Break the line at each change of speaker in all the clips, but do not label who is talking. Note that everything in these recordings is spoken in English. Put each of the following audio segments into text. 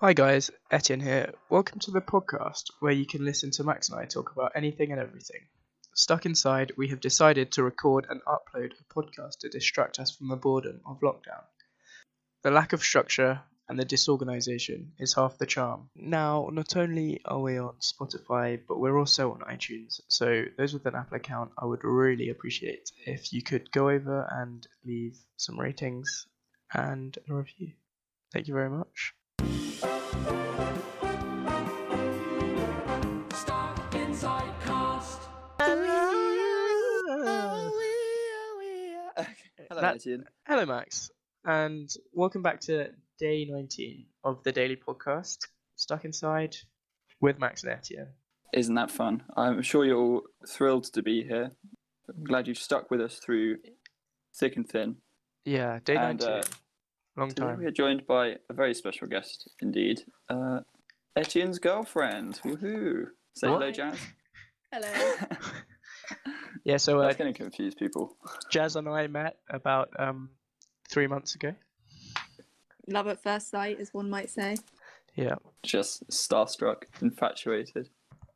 Hi guys, Etienne here. Welcome to the podcast where you can listen to Max and I talk about anything and everything. Stuck inside, we have decided to record and upload a podcast to distract us from the boredom of lockdown. The lack of structure and the disorganization is half the charm. Now, not only are we on Spotify, but we're also on iTunes, so those with an Apple account, I would really appreciate if you could go over and leave some ratings and a review. Thank you very much.
Stuck inside cast.
Okay. Hello,
That-
Etienne.
Hello, Max, and welcome back to day 19 of the daily podcast, Stuck Inside with Max and Etienne.
Isn't that fun? I'm sure you're all thrilled to be here. I'm glad you've stuck with us through thick and thin.
Yeah, day
And,
19.
uh,
Long
Today we
time.
are joined by a very special guest indeed, uh, Etienne's girlfriend. Woohoo! Say hello,
What?
Jazz.
Hello.
Yeah, so uh,
That's going to confuse people.
Jazz and I met about um, three months ago.
Love at first sight, as one might say.
Yeah,
Just starstruck, infatuated.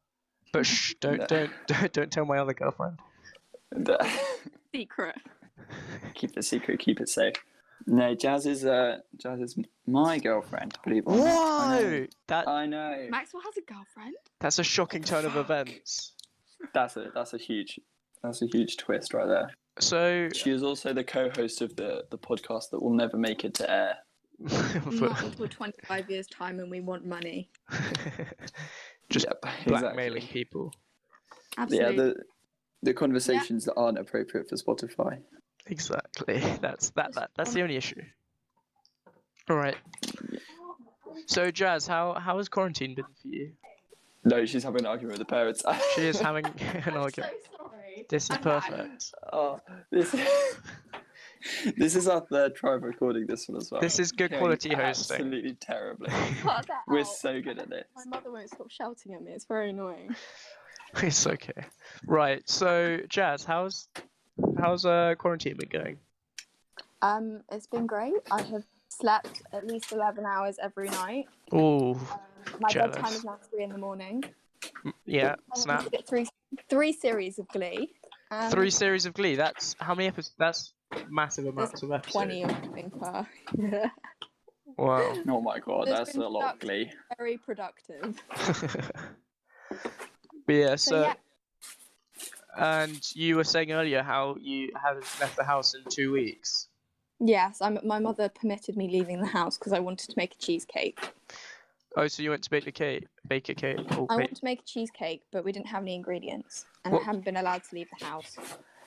but shh, don't,
No.
don't, don't, don't tell my other girlfriend.
And, uh,
Secret.
keep it secret. Keep it safe. No, Jazz is uh, Jazz is my girlfriend. Believe it or not. I know.
Whoa, that
I know.
Maxwell has a girlfriend.
that's a shocking turn of
fuck?
events.
That's a that's a huge that's a huge twist right there.
So,
She is also the co-host of the the podcast that will never make it to air.
Not until 25 years' time, and we want money.
Just
Yep, exactly.
blackmailing people.
Absolutely.
Yeah, the the conversations that aren't appropriate for Spotify.
Exactly. That's that, that that's the only issue. All right. So Jazz, how how has quarantine been for you?
No, she's having an argument with the parents.
She is having an argument.
sorry.
This is
I'm back.
perfect.
oh, this this is our third try of recording this one as well.
This is good
Going
quality hosting.
Absolutely terribly.
Cut that
We're
out.
so good at this.
My mother won't stop shouting at me. It's very annoying.
It's okay. Right. So Jazz, how's how's uh quarantine been going?
Um, it's been great. I have slept at least 11 hours every night.
Oh
My
Jealous.
bedtime is now three in the morning.
yeah.
I managed
Snap.
to get Three, three series of Glee. Um,
Three series of Glee. That's how many episodes? That's massive amounts of episodes.
20 or something per. Yeah.
Wow.
Oh my god,
There's
that's a
been
lot of
stuck.
glee.
Very productive.
but yeah. So.
yeah.
And you were saying earlier how you haven't left the house in two weeks.
Yes, I'm, my mother permitted me leaving the house because I wanted to make a cheesecake.
Oh, so you went to bake a cake, bake a cake, or
I
bake-
wanted to make a cheesecake, but we didn't have any ingredients, and
What-
I haven't been allowed to leave the house.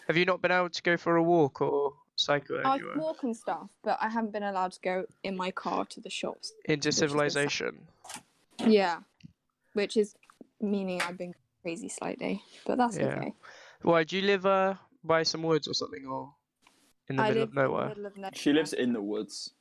Have you not been able to go for a walk or cycle
I
anywhere
walk and stuff, but I haven't been allowed to go in my car to the shops.
into
is insane.
civilization?
Yeah, which is meaning I've been crazy slightly, but that's
Yeah.
okay.
Why do you live uh, by some woods or something, or in the
I
middle
live
of
in the
nowhere?
middle of nowhere.
She lives in the woods,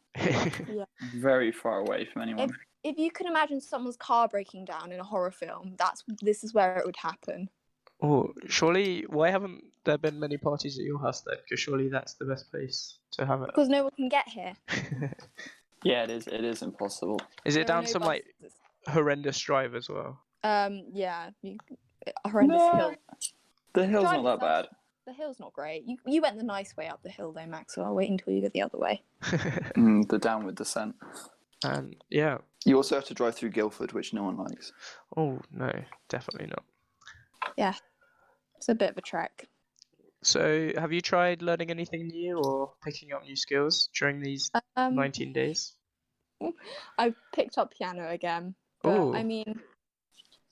very far away from anyone.
If you can imagine someone's car breaking down in a horror film, that's this is where it would happen.
oh, surely why haven't there been many parties at your house then? Because surely that's the best place to have
Because no one can get here.
it.
Yeah, it is. It is impossible.
Is it
There are
down
no
some like
buses.
horrendous drive as well?
Um, yeah, you, horrendous
No.
hill.
The hill's not
Drive
that bad.
yourself. The hill's not great. You you went the nice way up the hill though, Maxwell. Wait until you go the other way.
Mm, the downward descent.
and yeah,
You also have to drive through Guildford, which no one likes.
oh no, definitely not.
It's a bit of a trek.
So, have you tried learning anything new or picking up new skills during these
Um,
19 days?
I picked up piano again. But,
Oh,
I mean,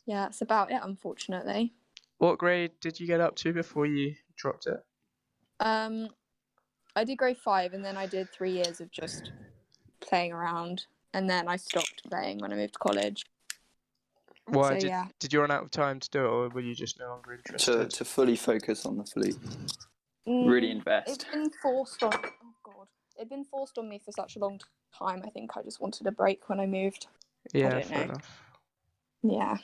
yeah, it's about it, unfortunately.
what grade did you get up to before you dropped it?
Um, I did grade five, and then I did three years of just playing around, and then I stopped playing when I moved to college.
Why
so
did,
yeah,
did you run out of time to do it, or were you just no longer
To,
interested?
to fully focus on the flute,
Mm,
really
it's
invest.
been forced on. Oh god, it'd been forced on me for such a long time. I think I just wanted a break when I moved.
yeah,
don't
fair
know.
enough.
Yeah,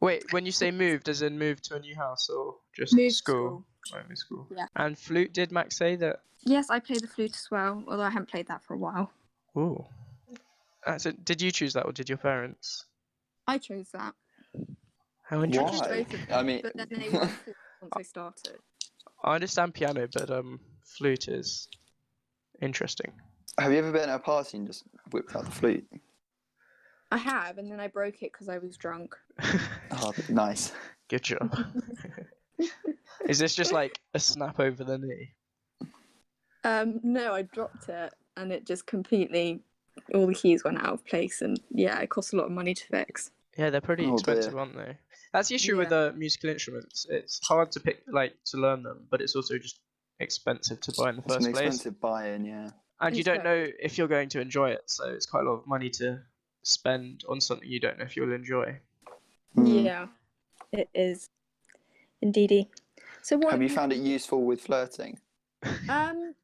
Wait, when you say moved, as in moved to a new house or just
moved
school? Right, new school.
Yeah.
And flute, did Max say that?
Yes, I play the flute as well, although I haven't played that for a while.
Ooh. That's it. Did you choose that or did your parents?
I chose that.
How
I
interesting.
chose
Why?
both of them,
I mean,
but then they wanted it once I started.
I understand piano, but um, flute is interesting.
have you ever been at a party and just whipped out the flute?
I have, and then I broke it because I was drunk.
Oh, nice.
Good job. is this just like a snap over the knee?
Um, no, I dropped it, and it just completely. All the keys went out of place, and yeah, it cost a lot of money to fix.
Yeah, they're pretty
Oh, dear.
expensive, aren't they? That's the issue with uh, musical instruments. It's hard to pick, like, to learn them, but it's also just expensive to buy in the
It's
first
an
place.
expensive buy-in, yeah.
and you
Exactly.
don't know if you're going to enjoy it. So it's quite a lot of money to spend on something you don't know if you'll enjoy.
Mm.
Yeah, it is. Indeedy. So what
Have you found it useful with flirting?
um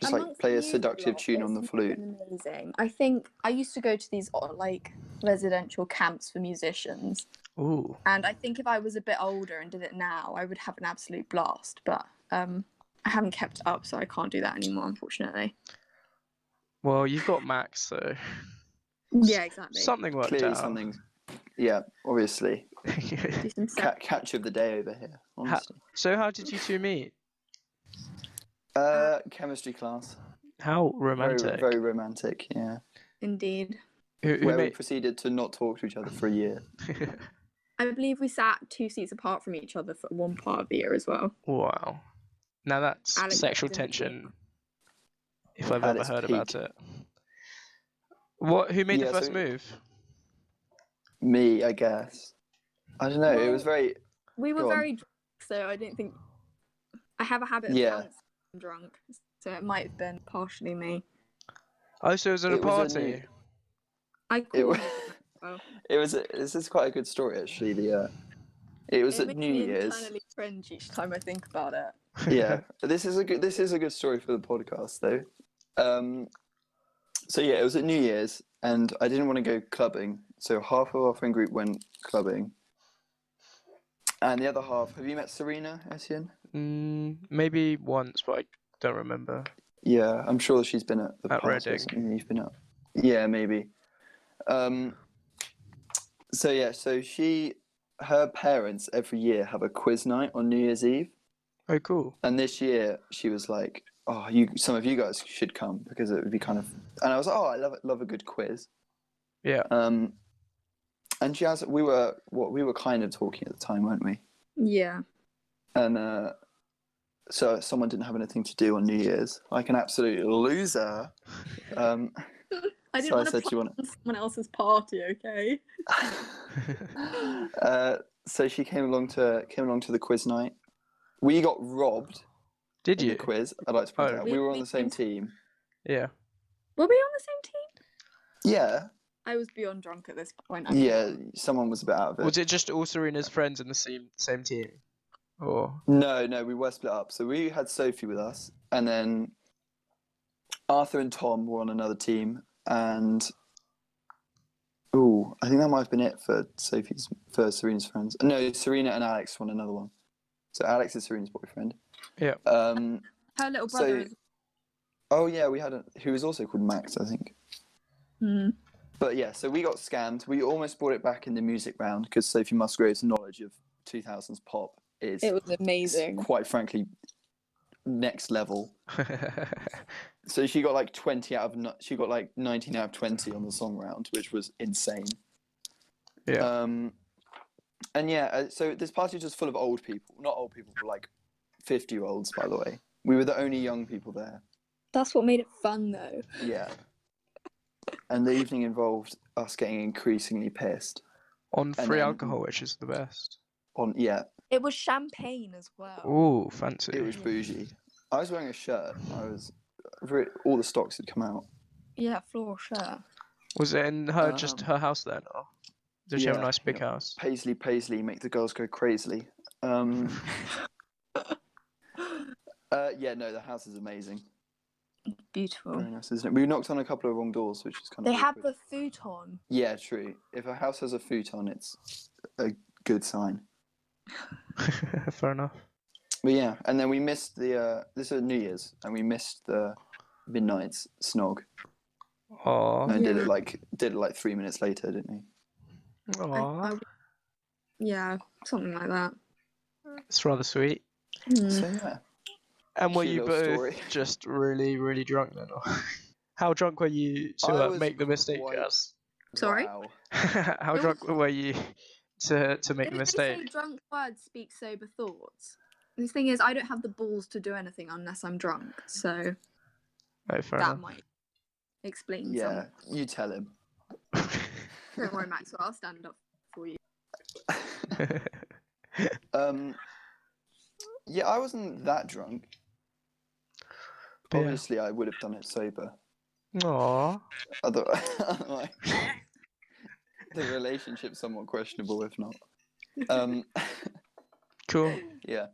Just like
amongst
play a
music
seductive
lot,
tune on the
it's
flute.
been Amazing. I think I used to go to these uh, like residential camps for musicians,
Ooh,
and I think if I was a bit older and did it now, I would have an absolute blast. But um, I haven't kept it up, so I can't do that anymore, unfortunately.
well, you've got Max, so
Yeah, exactly.
something worked
Clearly
out.
something. Yeah, obviously.
do some
Ca- catch of the day over here, honestly.
so how did you two meet?
Uh, chemistry class.
How
Very,
romantic.
very romantic, yeah.
Indeed.
Who- who
Where we
made-
proceeded to not talk to each other for a year.
I believe we sat two seats apart from each other for one part of the year as well.
wow. Now that's
Alex
sexual
is in the team.
tension. If I've
At
ever
its
heard
peak.
about it. What? Who made
Yeah,
the first
so-
move?
Me, I guess. I don't know. It was very.
We were
Go on.
very drunk, so I don't think I have a habit of
Yeah.
bouncing when I'm drunk, so it might have been partially me.
Oh, so it was at a
It was a
party.
new-
I
It
called
was.
it
It was. A, this is quite a good story, actually. The. Uh, it was
It
at
makes
New
me
Year's.
internally cringe each time I think about it.
yeah, this is a good. This is a good story for the podcast, though. Um, so yeah, it was at New Year's, and I didn't want to go clubbing. So half of our friend group went clubbing, and the other half. Have you met Serena Etienne?
Mm, maybe once, but I don't remember.
Yeah, I'm sure she's been at the
At
parties
Reading.
or something You've been at. Yeah, maybe. Um, so yeah, so she, her parents every year have a quiz night on New Year's Eve.
Oh, cool.
And this year, she was like, "Oh, you, some of you guys should come because it would be kind of." And I was like, "Oh, I love it, love a good quiz."
Yeah.
Um, and she has. We were what we were kind of talking at the time, weren't we?
Yeah.
And uh, so someone didn't have anything to do on New Year's, like an absolute loser. Um,
I
so
didn't
I
want to
said, "Do
plan
you want?"
someone else's party, okay?
to uh, so she came along to came along to the quiz night. We got robbed
Did
in the
you?
quiz. I'd like to point
Oh.
out we were on the same team.
Yeah.
Were we on the same team?
Yeah,
I was beyond drunk at this point. I
Yeah,
think.
someone was a bit out of it.
Was it just all Serena's friends in the same same team? Or
No, no, we were split up. So we had Sophie with us, and then Arthur and Tom were on another team, and ooh, I think that might have been it for Sophie's for Serena's friends. No, Serena and Alex were on another one. So Alex is Serena's boyfriend.
Yeah.
Um.
Her little
So-
brother is.
Oh yeah, we had a who was also called Max, I think.
Mm.
But yeah, so we got scammed. We almost brought it back in the music round because Sophie Musgrave's knowledge of 2000s pop is
It was
is
amazing.
quite frankly next level. So she got like 20 out of ni- she got like 19 out of 20 on the song round, which was insane.
Yeah.
Um, and yeah, uh, so this party was just full of old people, not old people, but like 50 year olds, by the way. We were the only young people there.
That's what made it fun, though.
Yeah. And the evening involved us getting increasingly pissed
on free
then-
alcohol, which is the best.
on yeah,
It was champagne as well.
Ooh, fancy.
Oh. it was bougie. I was wearing a shirt. I was re- all the stocks had come out.
Yeah, floor shirt.
Was it in her just
Um,
her house then? Or did she have a
yeah,
nice big
yeah.
house?
Paisley, Paisley, make the girls go crazily. Um, uh, yeah, no, the house is amazing.
Beautiful.
Very nice, isn't it? We knocked on a couple of wrong doors, which is kind of.
They have
awkward.
the futon.
Yeah, true. If a house has a futon, it's a good sign.
Fair enough.
But yeah, and then we missed the. Uh, this is New Year's, and we missed the midnight's snog.
Aw. Oh,
I did
Yeah.
it like did it like three minutes later, didn't he?
I-
Aw.
I- Yeah, something like that.
It's rather sweet.
Mm.
So yeah,
And were
Cute
you
little
both
story.
just really, really drunk then? Or how drunk were you to
I
uh,
was
make the mistake,
quite-
Gus?
Sorry?
Wow.
how
It
drunk were you to to make the
They say
mistake?
drunk words speak sober thoughts. And The thing is, I don't have the balls to do anything unless I'm drunk, so
No, Oh, fair
that
enough.
might explain
Yeah, you tell him.
some. Don't worry, Maxwell, I'll stand up for you.
um, yeah, I wasn't that drunk.
But yeah.
Obviously, I would have done it sober.
Aw.
Other- Otherwise, the relationship's somewhat questionable, if not. Um,
Cool.
yeah.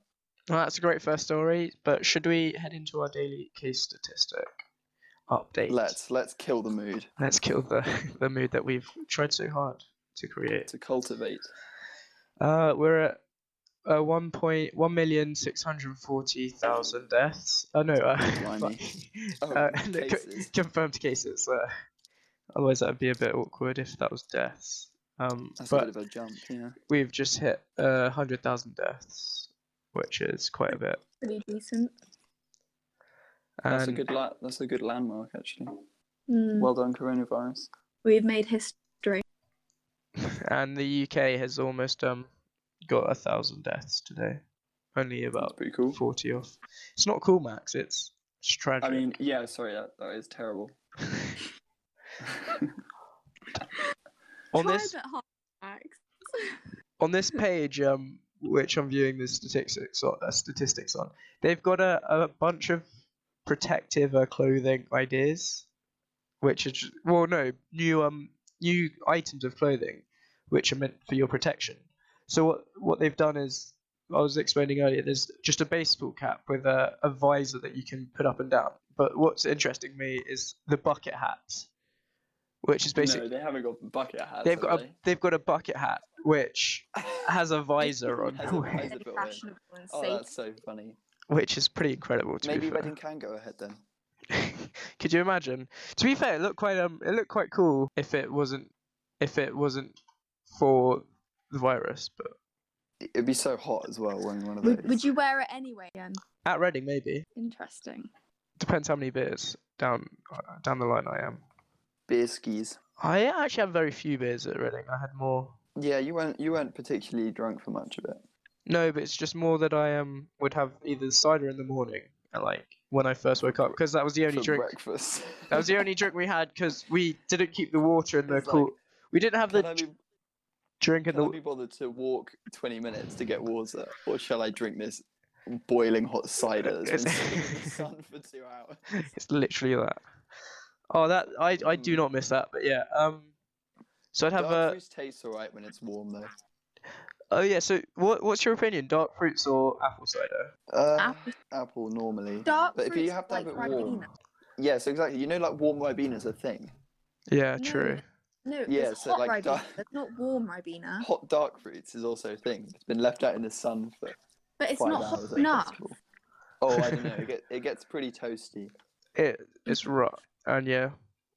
Well, that's a great first story, but should we head into our daily case statistic update?
Let's let's kill the mood
Let's kill the, the mood that we've tried so hard to create.
to cultivate.
Uh, we're at uh, one point one million six hundred forty thousand deaths. Oh no, uh,
Blimey. Oh,
uh, no, co-
cases.
confirmed cases. Uh, otherwise, that'd be a bit awkward if that was deaths. Um,
That's a
but
bit of a jump. Yeah.
we've just hit uh, hundred thousand deaths, which is quite a bit.
Pretty decent.
That's a
And-
good la- That's a good landmark, actually.
Hmm.
Well done, coronavirus.
We've made history.
and the UK has almost um got a thousand deaths today. Only
That's
about
pretty cool.
forty off. It's not cool, Max. It's it's tragic.
I mean, yeah. Sorry, that, that is terrible.
on this
hard, Max.
on this page, um, which I'm viewing the statistics on, uh, statistics on, they've got a, a bunch of protective uh, clothing ideas, which is well, no, new um new items of clothing, which are meant for your protection. So what what they've done is I was explaining earlier. There's just a baseball cap with a, a visor that you can put up and down. But what's interesting me is the bucket hats, which is basically
no, they haven't got bucket hats.
they've got a,
have
they've got a bucket hat which
they?
has a visor on,
Has a visor.
Very
built in.
fashionable and
Oh,
safe.
that's so funny.
which is pretty incredible. To
Maybe
be fair.
wedding can go ahead then.
Could you imagine? To be fair, it looked quite um, it looked quite cool if it wasn't if it wasn't for the virus. But
It'd be so hot as well wearing one of those.
Would, would you wear it anyway? Again?
at Reading, maybe
Interesting.
depends how many beers down uh, down the line I am.
beer skis?
I actually have very few beers at Reading. I had more.
Yeah, you weren't you weren't particularly drunk for much of it.
No, but it's just more that I um would have either cider in the morning, and like when I first woke up, because that was the only
for
drink.
breakfast.
That was the only drink we had because we didn't keep the water in the
It's like,
cool. we didn't have the
Can I, be,
drink in
can I
the.
be bothered to walk 20 minutes to get water, or shall I drink this boiling hot cider that's been sitting in the sun for two hours?
It's literally that. Oh, that I I do not miss that, but yeah. Um, so I'd have
Dark
a.
fruit tastes alright when it's warm though.
Oh yeah. So what what's your opinion? Dark fruits or apple cider?
Uh,
Apple-
apple. normally.
Dark
But if you
fruits
have to have
like
it warm.
Ribena.
Yeah, so exactly. You know, like warm Ribena is a thing.
Yeah,
No.
true.
No,
Yeah,
it's
so,
hot
like,
Ribena.
dark-
It's not warm Ribena,
Hot dark fruits is also a thing. It's been left out in the sun for
but it's
five
not
hours.
hot
I think that's
enough.
cool. Oh, I don't know. It, get, it gets pretty toasty.
It it's rough, and yeah,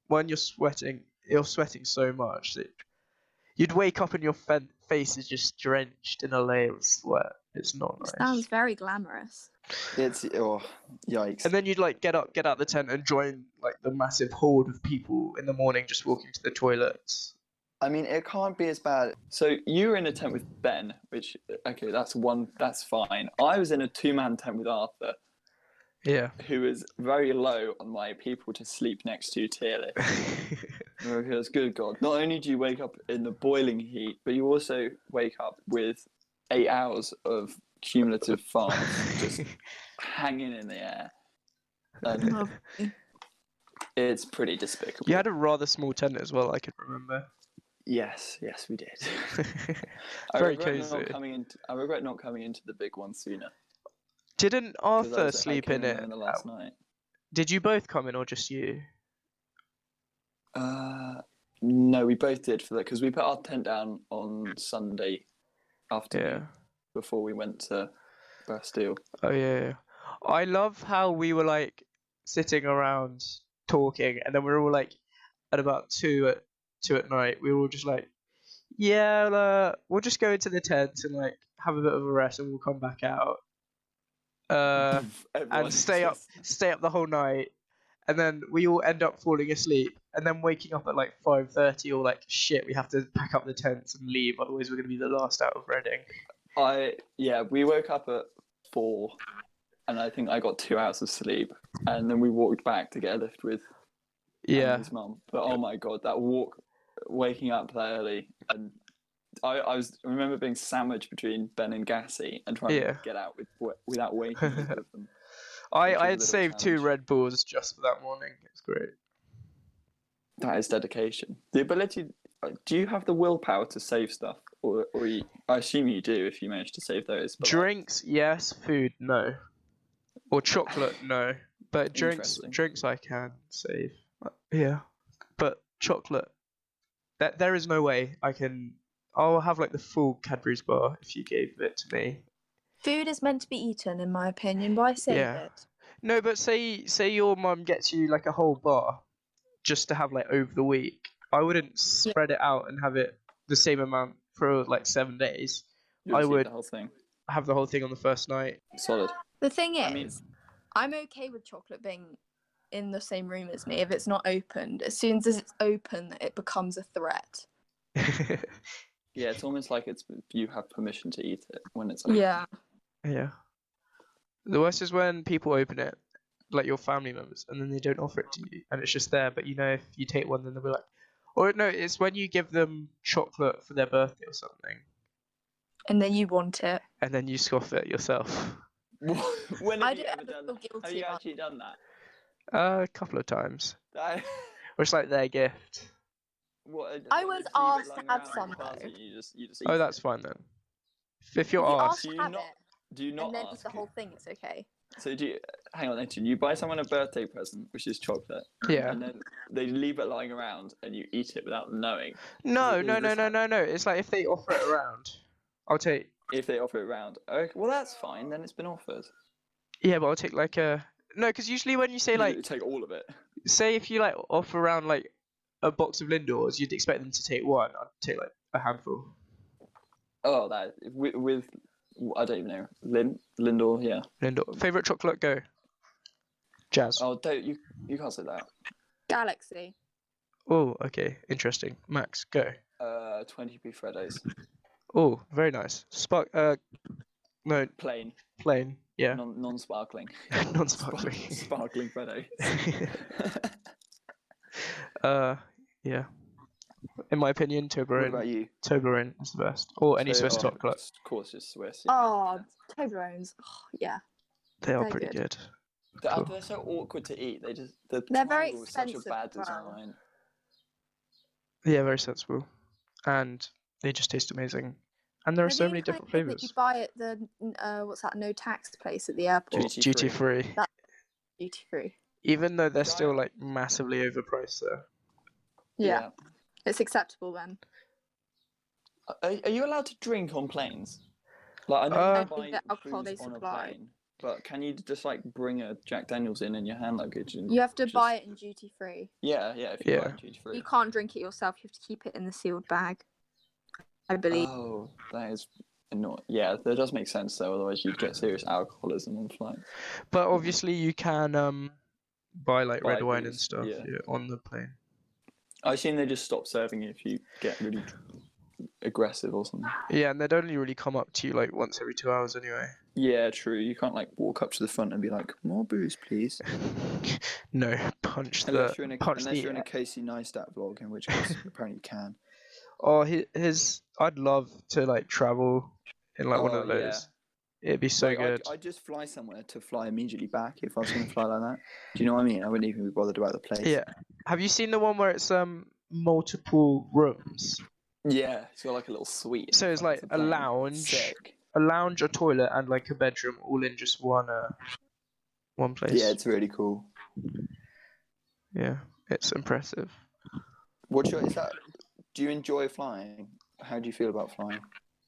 when you're sweating, you're sweating so much that you'd wake up and your fe- face is just drenched in a layer of sweat. It's not
It
nice.
sounds very glamorous.
It's oh, yikes.
And then you'd like get up, get out the tent, and join like the massive horde of people in the morning just walking to the toilets.
I mean, it can't be as bad. So you were in a tent with Ben, which okay, that's one, that's fine. I was in a two-man tent with Arthur,
Yeah.
who was very low on my people to sleep next to tier list. Because good God, not only do you wake up in the boiling heat, but you also wake up with eight hours of cumulative farts just hanging in the air. And
Lovely.
it's pretty despicable.
you had a rather small tent as well, I can remember.
Yes, yes, we did. I
Very
regret
cozy.
Not coming into, I regret not coming into the big one sooner. 'cause
Didn't
I was
Arthur
at- I
sleep
came
in it? Uh, Oh.
alone the last night.
Did you both come in or just you?
Uh, no, we both did for that because we put our tent down on Sunday afternoon before we went to Bastille.
Oh yeah, yeah. I love how we were like sitting around talking, and then we were all like, at about two at two at night, we were all just like, yeah, well, uh, we'll just go into the tent and like have a bit of a rest, and we'll come back out. Uh,
Everyone
stay
just-
stay up the whole night, and then we all end up falling asleep, and then waking up at like five thirty, or like shit, we have to pack up the tents and leave, otherwise we're gonna be the last out of Reading.
I yeah, we woke up at four, and I think I got two hours of sleep, and then we walked back to get a lift with and
Yeah,
his mum. But oh my god, that walk, waking up that early, and I, I was I remember being sandwiched between Ben and Gassy and trying to
Yeah.
get out with, wi- without waking either of them.
I
which is
I
a
had
bit of a
saved two
challenge.
Red Bulls just for that morning. It's great.
That is dedication. The ability. uh, Do you have the willpower to save stuff, or, or you, I assume you do if you manage to save those? but, like,
Drinks, yes. Food, no. Or chocolate, no. But drinks,
Interesting.
drinks I can save. Uh, Yeah, but chocolate. That there is no way I can. I'll have like the full Cadbury's bar if you gave it to me.
Food is meant to be eaten, in my opinion. Why save
Yeah.
it?
No, but say say your mum gets you like a whole bar, just to have like over the week. I wouldn't spread it out and have it the same amount for like seven days.
you'll
I
receive
would-
the whole thing.
Have the whole thing on the first night.
Solid.
The thing is,
I mean-
I am okay with chocolate being in the same room as me if it's not opened. As soon as it's open, it becomes a threat.
Yeah, it's almost like it's you have permission to eat it when it's.
Yeah.
Yeah. The worst is when people open it, like your family members, and then they don't offer it to you, and it's just there. But you know, if you take one, then they'll be like, or no, it's when you give them chocolate for their birthday or something,
And then you want it.
and then you scoff at it yourself.
when have
I
you
do
ever done
ever
that?
feel
Have
guilty
you
about-
actually done that?
Uh, a couple of times.
I,
Or it's like their gift.
what, and
I
then
was
just leave it
asked to
lying
have
around in
some,
closet,
though.
You just, you just eat
Oh,
it.
that's fine then. If you're
you
asked,
ask
do
to
you
have
not
it,
Do you not
and then eat
ask?
the whole thing. It's okay.
So do you, hang on, Nathan. You buy someone a birthday present, which is chocolate,
yeah.
and then they leave it lying around, and you eat it without knowing.
No,
is
no, no,
this
no,
hap-
no, no. It's like if they offer it around, I'll take.
If they offer it round, okay, well that's fine. Then it's been offered.
Yeah, but I'll take like a. No, because usually when you say
You
like
take all of it.
say if you like offer around like a box of Lindors, you'd expect them to take one. I'd take like a handful.
Oh, that with, with I don't even know Lin Lindor. Yeah.
Lindor. Favorite chocolate? Go. Jazz. Oh,
Oh, don't you you can't say that.
Galaxy.
okay, interesting. Max, go.
Uh, twenty p Freddos.
Oh, very nice. Spark. Uh, no,
Plain,
plain. Yeah,
non non sparkling.
non-sparkling.
sparkling Freddos.
uh, yeah. In my opinion,
what
Toblerone.
about you?
Toblerone is the best, or any
So,
Swiss
oh,
chocolate.
Of course, it's Swiss. yeah.
Oh, Toblerones. Oh, yeah.
They are
they're
pretty good.
They're,
Cool.
they're so awkward to eat. They just the
They're very
triangle is such a
expensive
bad
as well.
design.
Yeah, very sensible, and they just taste amazing. And there are
They're
so
the
many
only
different
kind of thing
flavors.
You buy at the n- uh, what's that? No tax place at the airport.
Duty
Duty free,
That- Duty free.
even though they're still
Diet-
like massively overpriced. There,
Yeah, it's acceptable then.
Are, are you allowed to drink on planes? Like I know
Uh,
you
I
can
think
buy
that alcohol
booze
they
on a
supply.
plane, but can you just like bring a Jack Daniels in in your hand luggage? And
You have to
just-
buy it in duty free.
Yeah, yeah. If you buy
Yeah.
it duty free.
You can't drink it yourself. You have to keep it in the sealed bag. I believe.
Oh, that is annoying. Yeah, that does make sense though. Otherwise, you'd get serious alcoholism on flights.
but obviously you can um buy like
Buy
red wine and
booze,
stuff
yeah.
yeah, on the plane.
I assume they just stop serving you if you get really aggressive or something.
Yeah, and they'd only really come up to you like once every two hours anyway.
Yeah, true. You can't like walk up to the front and be like, "More booze, please."
no, punch
Unless
the
you're in a
punch
unless
the
you're in a Casey Neistat vlog, in which case apparently you can.
Oh, his, his. I'd love to like travel in like one
Oh,
of
yeah.
those. It'd be so
Like,
good.
I, I'd just fly somewhere to fly immediately back if I was going to fly like that. Do you know what I mean? I wouldn't even be bothered about the place.
Yeah. Have you seen the one where it's um multiple rooms?
Yeah. It's got like a little suite. in
So
the
it's
front
like
of the
a
plane.
lounge,
Sick.
a lounge, a toilet, and like a bedroom, all in just one uh, one place.
Yeah, it's really cool.
yeah, it's impressive.
What's your? Is that? Do you enjoy flying? How do you feel about flying?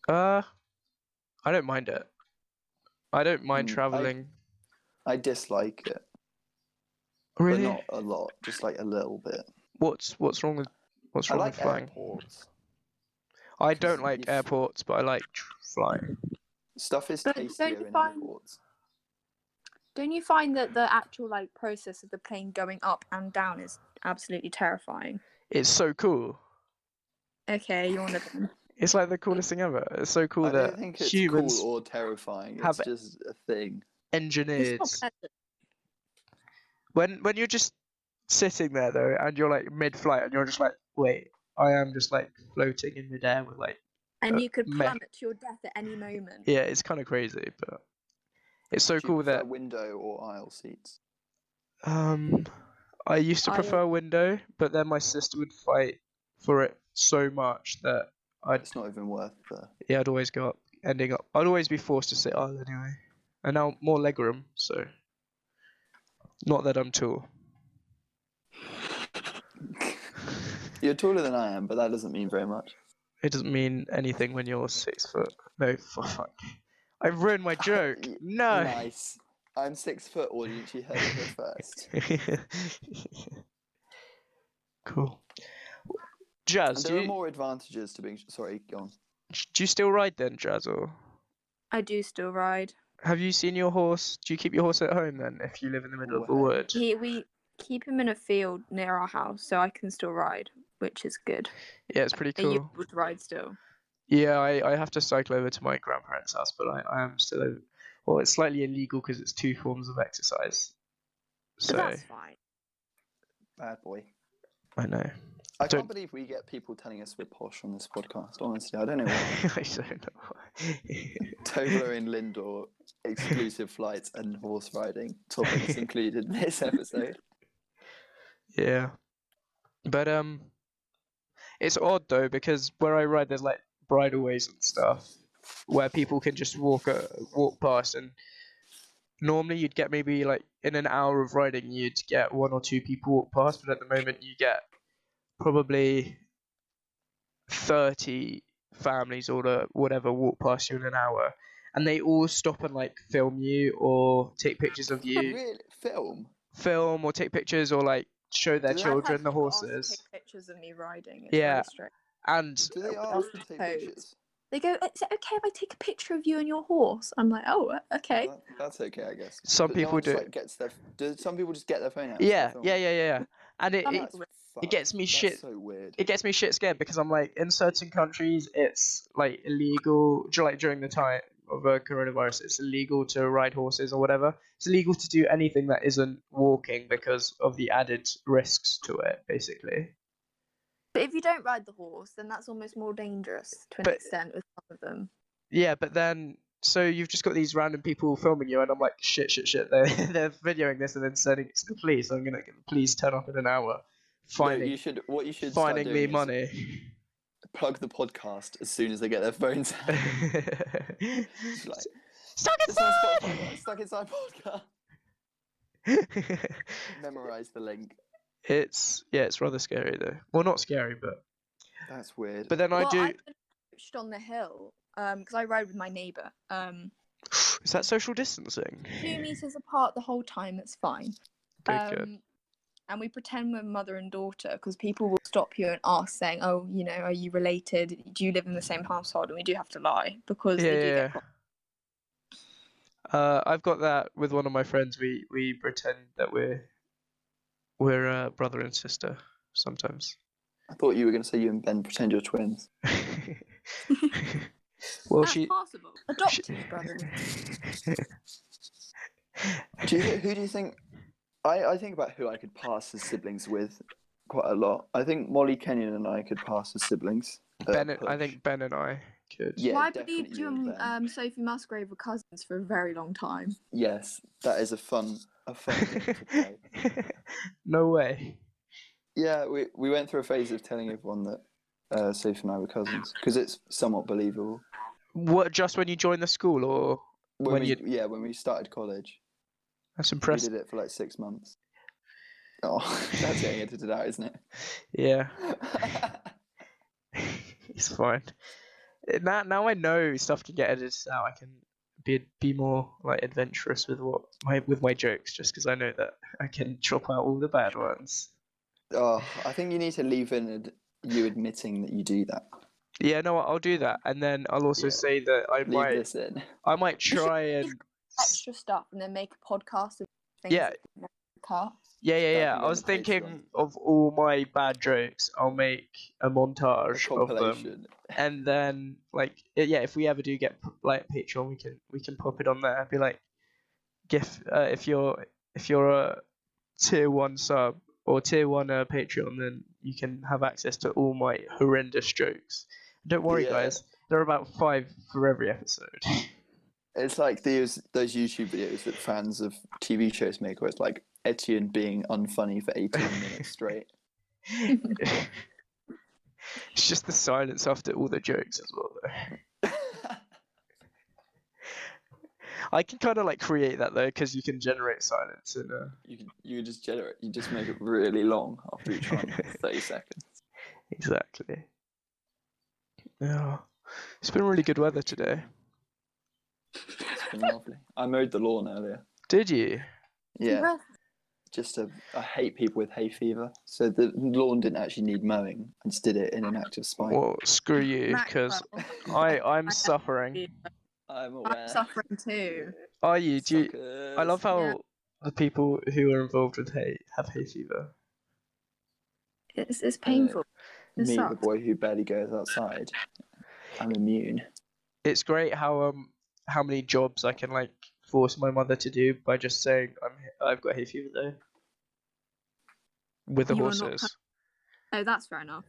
Uh, I don't mind it. I don't mind
Mm, I-
traveling.
I dislike it,
really?
but not a lot. Just like a little bit.
What's what's wrong with what's
I
wrong
like
with flying?
airports.
I
'cause
don't like
you f-
airports, but I like tr- flying.
Stuff is
But don't
tastier
you
in
find-
airports.
Don't you find that the actual like process of the plane going up and down is absolutely terrifying?
It's so cool.
Okay, you're on the plane.
It's like the coolest thing ever. It's so cool
I
that
don't think it's
humans
cool or terrifying. It's
have it.
just a thing.
engineered when when you're just sitting there though, and you're like mid-flight, and you're just like, wait, I am just like floating in midair with like, uh,
and you could
meh.
plummet to your death at any moment.
yeah, it's kind of crazy, but it's so
Do you
cool
prefer
that
window or aisle seats.
um, I used to
I-
prefer window, but then my sister would fight for it so much that I'd
It's not even worth the.
yeah, I'd always go up, ending up, I'd always be forced to sit aisle anyway, and now more legroom, so not that I'm tall.
You're taller than I am, but that doesn't mean very much.
It doesn't mean anything when you're six foot. No, fuck. I ruined my joke.
Y-
No.
Nice. I'm six foot audience. You heard it here first.
cool. Jazz,
there
do
are
you,
more advantages to being. sh- Sorry, go on.
do you still ride then, Jazz? Or
I do still ride.
have you seen your horse? Do you keep your horse at home then, if you live in the middle of the
Well,
wood?
He, we keep him in a field near our house, so I can still ride, which is good.
Yeah, it's pretty
So
cool.
You would ride still.
Yeah, I, I have to cycle over to my grandparents' house, but I, I am still. Over... Well, it's slightly illegal because it's two forms of exercise.
But
So
that's fine.
Bad boy.
I know.
I
Don't-
can't believe we get people telling us we're posh on this podcast. Honestly, I don't know. Why.
I don't know.
Tobler and Lindor, exclusive flights and horse riding topics included in this episode.
Yeah. But um it's odd though because where I ride there's like bridleways and stuff where people can just walk uh, walk past and normally you'd get maybe like in an hour of riding you'd get one or two people walk past but at the moment you get probably 30 families or the- whatever walk past you in an hour and they all stop and like film you or take pictures of you
Really, film.
film or take pictures or like show their
Do they- I've had
children the
people ask to
horses
Take pictures of me riding. It's
Yeah.
really strange.
and
Do they ask to take
Pose.
pictures?
They go, "Is it okay if I take a picture of you and your horse?" I'm like, "Oh, okay."
That- that's okay, I guess.
Some
But no
people
one just,
do.
Like, gets their, do. Some people just get their phone out. and
yeah
start
yeah yeah
filming.
yeah yeah and it,
Some
it,
people-
That's
it gets me
fucked.
shit.
That's so weird.
it gets me shit scared because i'm like in certain countries it's like illegal dur- like during the time of uh, coronavirus it's illegal to ride horses or whatever it's illegal to do anything that isn't walking because of the added risks to it basically
But if you don't ride the horse, then that's almost more dangerous to an
But-
extent with some of them.
Yeah, but then so you've just got these random people filming you, and I'm like, shit, shit, shit. They're they're videoing this and then sending it to the police. I'm gonna get the police turn up in an hour,
No,
finding
you should. What you should start
finding
doing
me
is
money.
Plug the podcast as soon as they get their phones out. Just like,
Stuck
"It's on Spotify, Stuck inside podcast.
inside.
Memorize the link.
it's yeah, it's rather scary though. Well, not scary, but
That's weird.
but then I
well,
do.
I've been approached on the hill because I ride with my neighbour. Um,
Is that social distancing?
two meters apart the whole time. It's fine.
Good, good.
Um, And we pretend we're mother and daughter because people will stop you and ask, saying, "Oh, you know, are you related? Do you live in the same household?" And we do have to lie because
Yeah,
they do
yeah, yeah.
get. caught.
Uh, I've got that with one of my friends. We we pretend that we're we're uh, brother and sister sometimes.
I thought you were going to say you and Ben pretend you're twins.
well,
That's
she.
possible. Adopt
she-
your brother.
Do you, who do you think? I, I think about who I could pass as siblings with quite a lot. I think Molly Kenyon and I could pass as siblings. at
ben, and- I
push.
think Ben and I could.
Yeah,
well, I
definitely
believed you
with
and
Ben.
um, Sophie Musgrave were cousins for a very long time.
Yes, that is a fun, a fun. game to play.
no way.
Yeah, we we went through a phase of telling everyone that uh, Sophie and I were cousins because it's somewhat believable.
What? Just when you joined the school, or
When,
When
we,
you-
yeah, when we started college,
that's impressive.
we did it for like six months. Oh, that's getting edited out, isn't it?
Yeah, it's fine. Uh, Now, now I know stuff can get edited out. I can be be more like adventurous with what my with my jokes, just because I know that I can chop out all the bad ones.
Oh, I think you need to leave in ad- you admitting that you do that.
Yeah, no, I'll do that, and then I'll also
Yeah.
say that I
Leave
might,
this in.
I might
should
try and
Extra stuff and then make a podcast of things
Yeah.
that you never cut.
yeah, yeah,
That'd
yeah.
be
I was
on the Patreon.
thinking of all my bad jokes. I'll make a
A
montage of them,
compilation.
and then like i- yeah, if we ever do get p- like Patreon, we can we can pop it on there. Be like, gif uh, if you're if you're a tier one sub or tier one uh, Patreon, then you can have access to all my horrendous jokes. Don't worry,
Yeah.
guys. There are about five for every episode.
It's like those those YouTube videos that fans of TV shows make, where it's like Etienne being unfunny for eighteen minutes straight.
it's just the silence after all the jokes as well. Though. I can kind of like create that though, because you can generate silence and uh,
you can- you can just generate, you just make it really long after each one, thirty seconds.
exactly. Yeah, it's been really good weather today.
It's been lovely. I mowed the lawn earlier.
Did you?
Yeah,
Congrats.
just to, I hate people with hay fever, so the lawn didn't actually need mowing. I just did it in an act of spite.
Well, screw you, because
Maxwell.
I I'm
I
suffering.
I'm aware.
I'm suffering too.
Are you? Do you, I
Suckers.
love how
Yeah.
the people who are involved with hay have hay fever.
It's, it's painful. It
me, the
sucks.
boy who barely goes outside. I'm immune.
it's great how um how many jobs I can like force my mother to do by just saying I'm h- I've got hay fever though. With the
You are not
horses,
Oh, that's fair enough.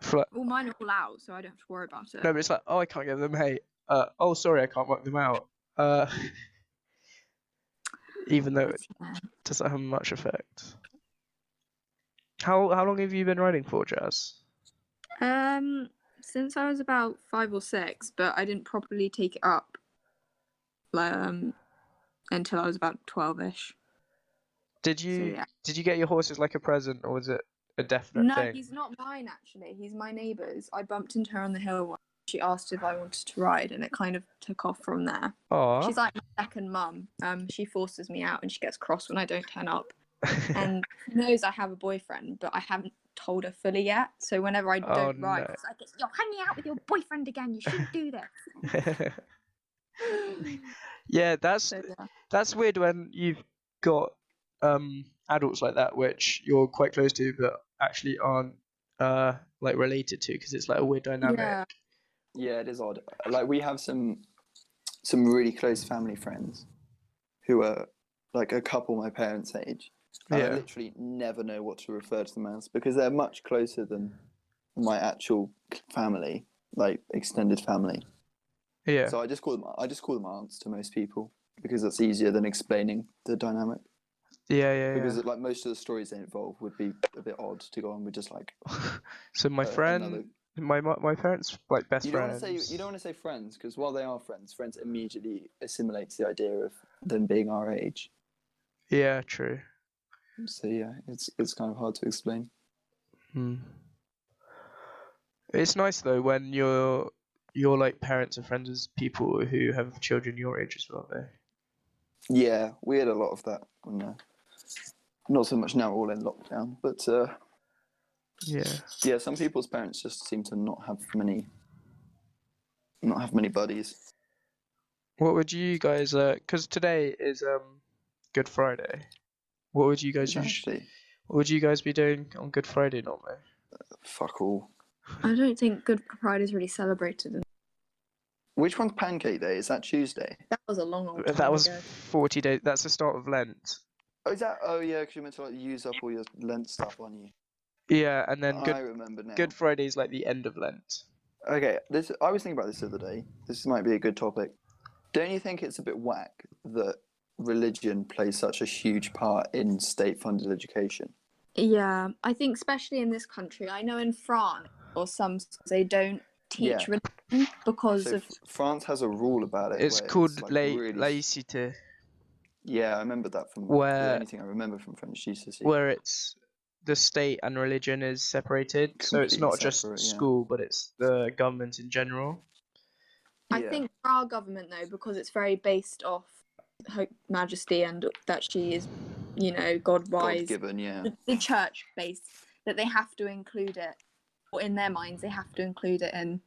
I feel like-
Well, mine are all out, so I don't have to worry about it.
no, but it's like oh I can't give them hay. Uh, oh sorry I can't work them out. Uh, even though it
uh,
doesn't have much effect. How how long have you been riding for, Jazz?
Um, since I was about five or six, but I didn't properly take it up. Um, until I was about twelve-ish.
Did
So,
you
yeah.
did you get your horses like a present or was it a definite
No,
thing?
he's not mine actually. He's my neighbour's. I bumped into her on the hill once. She asked if I wanted to ride, and it kind of took off from there.
Aw.
She's like my second mum. Um, she forces me out, and she gets cross when I don't turn up. and she knows I have a boyfriend, but I haven't told her fully yet. So whenever I
Oh,
don't ride,
no.
it's like it's, you're hanging out with your boyfriend again. You shouldn't do this.
yeah, that's
so yeah,
that's weird when you've got um adults like that which you're quite close to but actually aren't uh like related to because it's like a weird dynamic
Yeah.
Yeah, it is odd. Like we have some some really close family friends who are like a couple my parents' age. And I
Yeah.
literally never know what to refer to them as because they're much closer than my actual family, like extended family.
yeah
So I just call them I just call them aunts to most people because that's easier than explaining the dynamic.
yeah yeah, yeah.
Because like most of the stories they involve would be a bit odd to go on with just like
so my
uh,
friend
another-
my my my parents like best
you don't
friends
want to say you don't want to say friends because while they are friends, friends immediately assimilates the idea of them being our age.
yeah true
So yeah, it's it's kind of hard to explain.
Hmm. It's nice though when your your like parents are friends with people who have children your age as well though.
Yeah, we had a lot of that. On, uh, not so much now, all in lockdown, but uh,
Yeah.
yeah, some people's parents just seem to not have many, not have many buddies.
What would you guys uh cuz today is um Good Friday. What would you guys usu-
Actually,
what would you guys be doing on Good Friday normally?
fuck all.
I don't think Good Pride is really celebrated. And
Which one's Pancake Day? Is that Tuesday?
that was a long, long time
That was
ago.
40 days that's the start of Lent.
Oh, is that? Oh yeah, because you meant to like use up all your Lent stuff on you.
Yeah, and then
Oh, I
Good
remember now.
Good Friday is like the end of Lent.
Okay, this I was thinking about this the other day. This might be a good topic. Don't you think it's a bit whack that religion plays such a huge part in state-funded education?
Yeah, I think especially in this country. I know in France or some schools, they don't teach
Yeah.
religion because
So
of
F- France has a rule about it.
It's
where
called
like,
la-
really-
laicite
Yeah, I remember that from
Where-
the only thing I remember from French GCSE.
where it's the state and religion is separated. So it's
Completely
not just
separate, yeah.
school, but it's the government in general.
I
Yeah.
think for our government though, because it's very based off Her Majesty and that she is, you know, God wise,
God-given, yeah.
the, the church based. that they have to include it, or in their minds they have to include it in.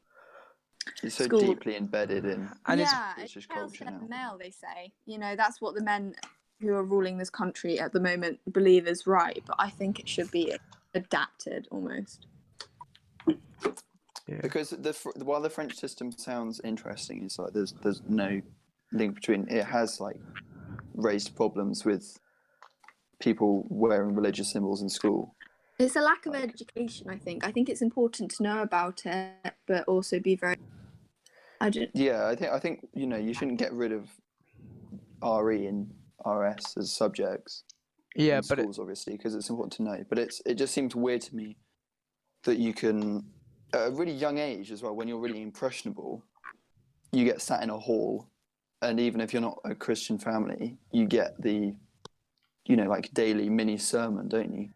It's so
School.
deeply embedded in.
And it's-
yeah,
British
it tells
culture
their
now.
male. They say, you know, that's what the men who are ruling this country at the moment believe is right, but I think it should be adapted almost.
Yeah.
Because the fr- while the French system sounds interesting, it's like there's there's no link between. It has like raised problems with people wearing religious symbols in school.
It's a lack of education, I think. I think it's important to know about it, but also be very. I don't.
Yeah, I think I think you know you shouldn't get rid of RE and RS as subjects.
Yeah,
in
but it,
schools obviously because it's important to know. But it's it just seems weird to me that you can at a really young age as well when you're really impressionable, you get sat in a hall, and even if you're not a Christian family, you get the you know like daily mini sermon, don't you?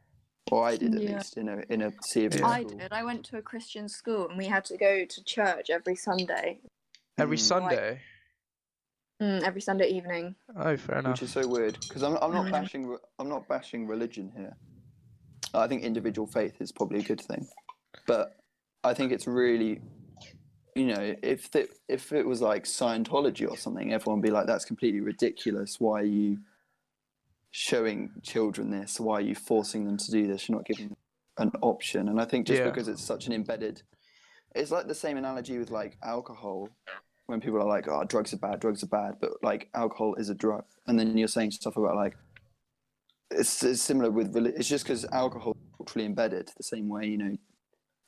Or I did at
Yeah.
least in a in a sea of
Yeah.
I
school.
did. I went to a Christian school and we had to go to church every Sunday,
every
Mm.
Sunday.
mm, every Sunday evening.
Oh, fair enough.
which is so weird because I'm, I'm not
Mm.
bashing re- I'm not bashing religion here. I think individual faith is probably a good thing, but I think it's really, you know, if the, if it was like Scientology or something, everyone would be like, "That's completely ridiculous. Why are you showing children this? Why are you forcing them to do this? You're not giving them an option." And I think just
Yeah.
because it's such an embedded, it's like the same analogy with like alcohol when people are like, "Oh, drugs are bad, drugs are bad," but like alcohol is a drug, and then you're saying stuff about like it's, it's similar with reli- it's just because alcohol is culturally embedded the same way you know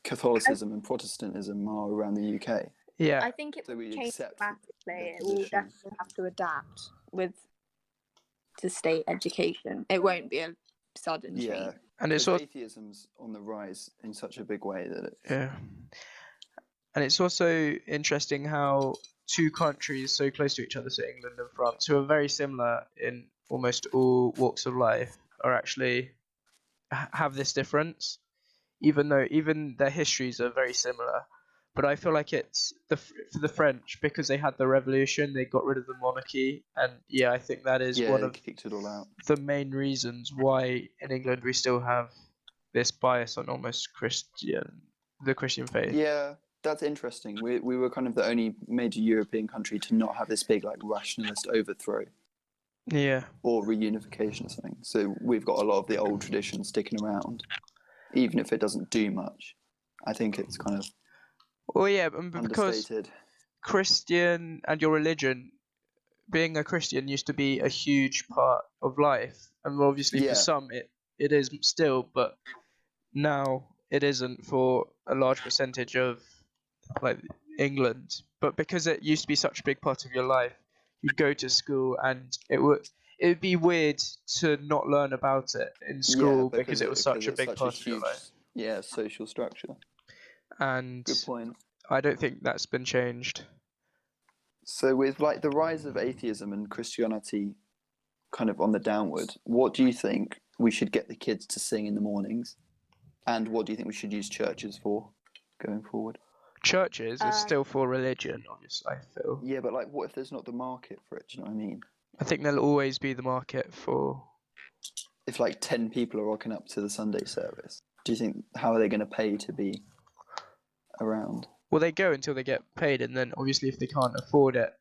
Catholicism and Protestantism are around the UK.
yeah,
I think it
So we
would change
accept
dramatically. It will
position.
definitely have to adapt with to state education. It won't be a sudden change.
Yeah,
and it's
because
also
atheism's on the rise in such a big way that it,
yeah, and it's also interesting how two countries so close to each other, so England and France, who are very similar in almost all walks of life, are actually ha- have this difference, even though even their histories are very similar. But I feel like it's the Fr- for the French because they had the revolution, they got rid of the monarchy, and yeah, I think that is
yeah
one
they
of
kicked it all out.
the main reasons why in England we still have this bias on almost Christian, the Christian faith.
Yeah, that's interesting. We we were kind of the only major European country to not have this big like rationalist overthrow.
Yeah.
or reunification or something. So we've got a lot of the old tradition sticking around, even if it doesn't do much. I think it's kind of
Well, yeah, and because
understated.
Christian and your religion, being a Christian used to be a huge part of life, and obviously
Yeah.
for some it it is still, but now it isn't for a large percentage of like England. But because it used to be such a big part of your life, you'd go to school and it would it would be weird to not learn about it in
Yeah,
school because it was such a
it's
big part of your
huge,
life.
Yeah, social structure.
And
Good point.
I don't think that's been changed.
So with like the rise of atheism and Christianity, kind of on the downward, what do you think we should get the kids to sing in the mornings, and what do you think we should use churches for, going forward?
Churches
Uh,
is still for religion, obviously. I feel.
Yeah, but like, what if there's not the market for it? Do you know what I mean?
I think there'll always be the market for.
if like 10 people are rocking up to the Sunday service, do you think how are they going to pay to be around?
Well, they go until they get paid, and then obviously if they can't afford it,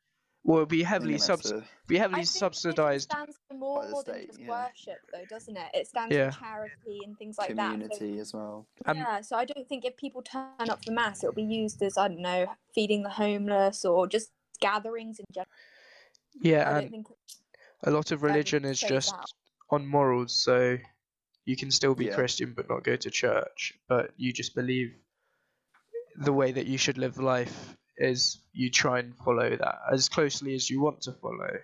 well, it'll be heavily
They're gonna have
subs-
to-
be
I
heavily
think religion
subsidized.
stands for more,
by the
more than
state,
just
yeah.
worship, though, doesn't it? It stands
Yeah. Um,
for charity and things like that. So,
community as well.
And-
yeah, so I don't think if people turn up for mass, it'll be used as I don't know, feeding the homeless or just gatherings in general.
Yeah,
I
and
don't think
a lot of
ever
religion is
stays
just
out.
on morals, so you can still be
Yeah.
Christian but not go to church, but you just believe the way that you should live life is you try and follow that as closely as you want to follow.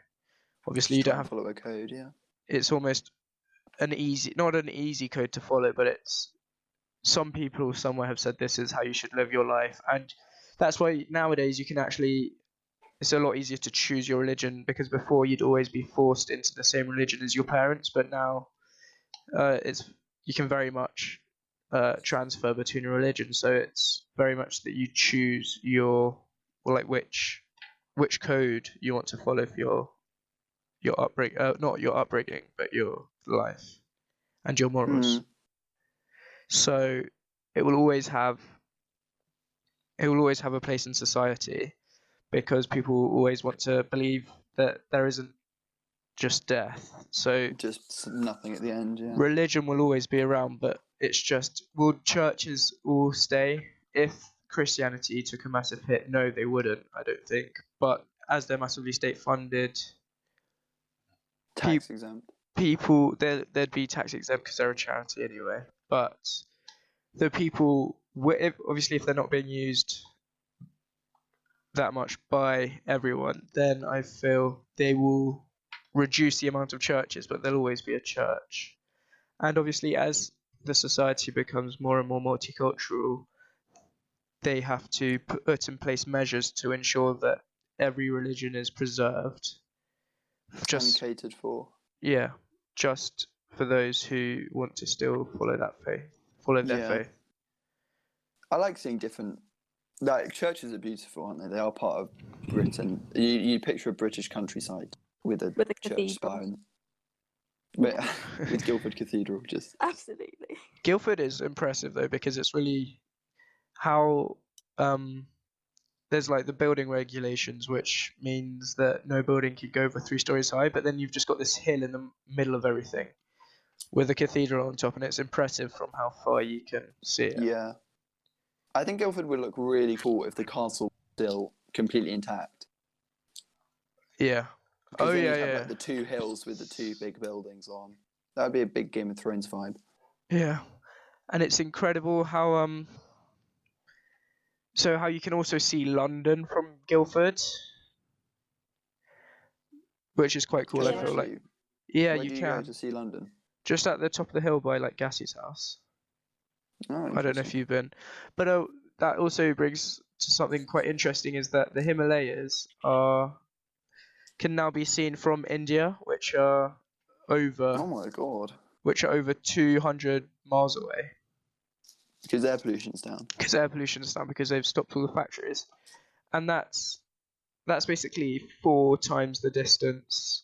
Obviously, you
Just
don't
try
have
and follow a code, yeah.
it's almost an easy not an easy code to follow but it's some people somewhere have said this is how you should live your life and that's why nowadays you can actually it's a lot easier to choose your religion because before you'd always be forced into the same religion as your parents but now uh, it's you can very much uh, transfer between religions so it's very much that you choose your well, like which which code you want to follow for your your upbringing, uh, not your upbringing, but your life and your morals.
Mm.
So it will always have it will always have a place in society because people always want to believe that there isn't just death. So
Just s- nothing at the end. Yeah.
religion will always be around, but it's just will churches all stay? If Christianity took a massive hit, no, they wouldn't. I don't think. But as they're massively state funded,
Tax exempt.
people there they'd be tax exempt because they're a charity anyway. But the people, wi- if, obviously, if they're not being used that much by everyone, then I feel they will reduce the amount of churches, but there'll always be a church. And obviously, as the society becomes more and more multicultural, they have to put in place measures to ensure that every religion is preserved.
Just
Just
catered for.
yeah, just for those who want to still follow that faith, follow their
Yeah.
faith.
I like seeing different. Like churches are beautiful, aren't they? They are part of Britain. You, you picture a British countryside with a
With a
church
cathedral.
spire, and- But- with Guildford Cathedral. Just
Absolutely.
Guildford is impressive though because it's really how um there's like the building regulations, which means that no building could go over three stories high, but then you've just got this hill in the middle of everything with a cathedral on top, and it's impressive from how far you can see it.
yeah. I think Guildford would look really cool if the castle was still completely intact.
Yeah.
'Cause
Oh
then you'd
yeah,
have,
yeah,
Like, the two hills with the two big buildings on. That would be a big Game of Thrones vibe.
Yeah, and it's incredible how um. So how you can also see London from Guildford, which is quite cool.
Can
I feel like
actually- uh,
yeah,
where
you
do
can
go to see London.
just at the top of the hill by like Gassy's house.
Oh,
I don't know if you've been, but uh, that also brings to something quite interesting is that the Himalayas are can now be seen from India, which are over
Oh my god,
which are over two hundred miles away.
because air pollution's down.
because air pollution is down because they've stopped all the factories, and that's that's basically four times the distance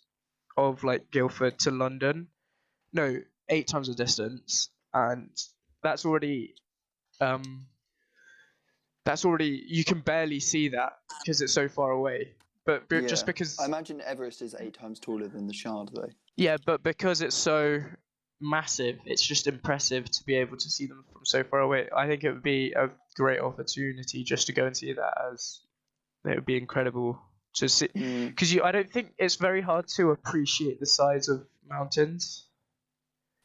of like Guildford to London. No, eight times the distance, and that's already um that's already you can barely see that because it's so far away. But b- just
Yeah.
because
I imagine Everest is eight times taller than the Shard, though.
yeah, but because it's so massive, it's just impressive to be able to see them from so far away. I think it would be a great opportunity just to go and see that, as it would be incredible to see.
Mm.
Because you, I don't think it's very hard to appreciate the size of mountains.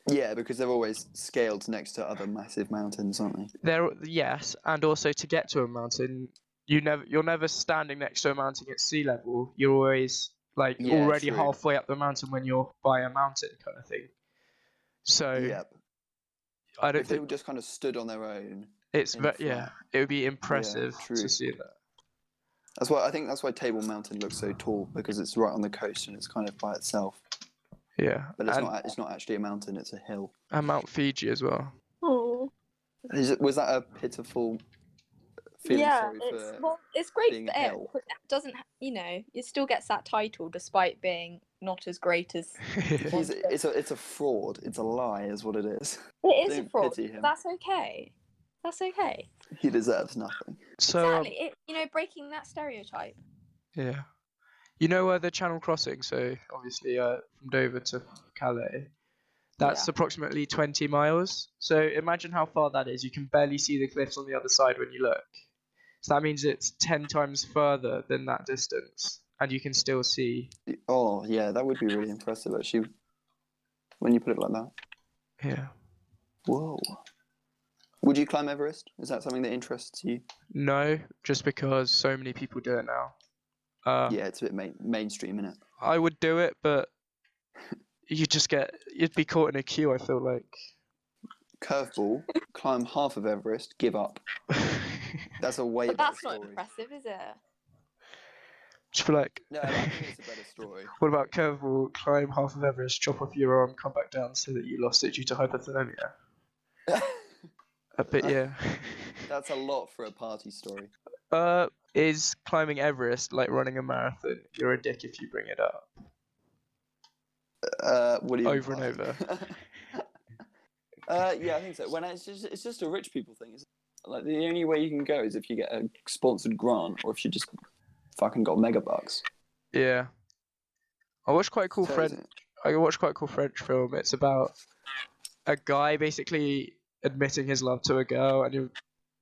Yeah, because they're always scaled next to other massive mountains, aren't they?
There, yes, and also to get to a mountain, you never, you're never standing next to a mountain at sea level. You're always like
Yeah,
already
true.
halfway up the mountain when you're by a mountain kind of thing. So
Yep.
I don't
If they
think
all just kind of stood on their own,
It's
in the
ve- yeah, it would be impressive
true.
to see that.
that's why I think that's why Table Mountain looks so tall because it's right on the coast and it's kind of by itself.
Yeah,
But it's
and,
not. a- It's not actually a mountain; it's a hill.
and Mount Fiji as well.
Oh.
Is it, was that a pitiful feeling?
yeah,
sorry
it's
for...
well, it's great
being
for it.
ill.
but It doesn't, ha- you know, it still gets that title despite being not as great as
He's, it's a. It's a fraud. It's a lie, is what it is.
it is a
Don't
fraud.
pity him.
That's okay. That's okay.
He deserves nothing.
so um,
exactly. It, you know, breaking that stereotype.
yeah, you know uh, the Channel crossing. So obviously uh, from Dover to Calais, that's
Yeah.
approximately 20 miles. So imagine how far that is. You can barely see the cliffs on the other side when you look. So that means it's 10 times further than that distance, and you can still see.
Oh yeah, that would be really impressive actually. When you put it like that.
Yeah.
Whoa. Would you climb Everest? Is that something that interests you?
No, just because so many people do it now. Uh,
yeah, it's a bit main- mainstream, is it?
I would do it, but you just get you'd be caught in a queue. I feel like
Curveball, climb half of Everest, give up. That's a way
But
better
that's not
story.
impressive, is it?
just feel like
No, I think it's a better story.
what about curveball? Climb half of Everest, chop off your arm, come back down, so that you lost it due to hypothermia. Uh, but
Uh,
yeah,
That's a lot for a party story.
uh, is climbing Everest like running a marathon? You're a dick if you bring it up.
Uh, what do you
Over and
implying? Uh, yeah, I think so. When I, it's just it's just a rich people thing. It's like the only way you can go is if you get a sponsored grant, or if you just fucking got mega bucks.
Yeah. I watched quite a cool
So
French. I watched quite a cool French film. It's about a guy basically admitting his love to a girl, and he, and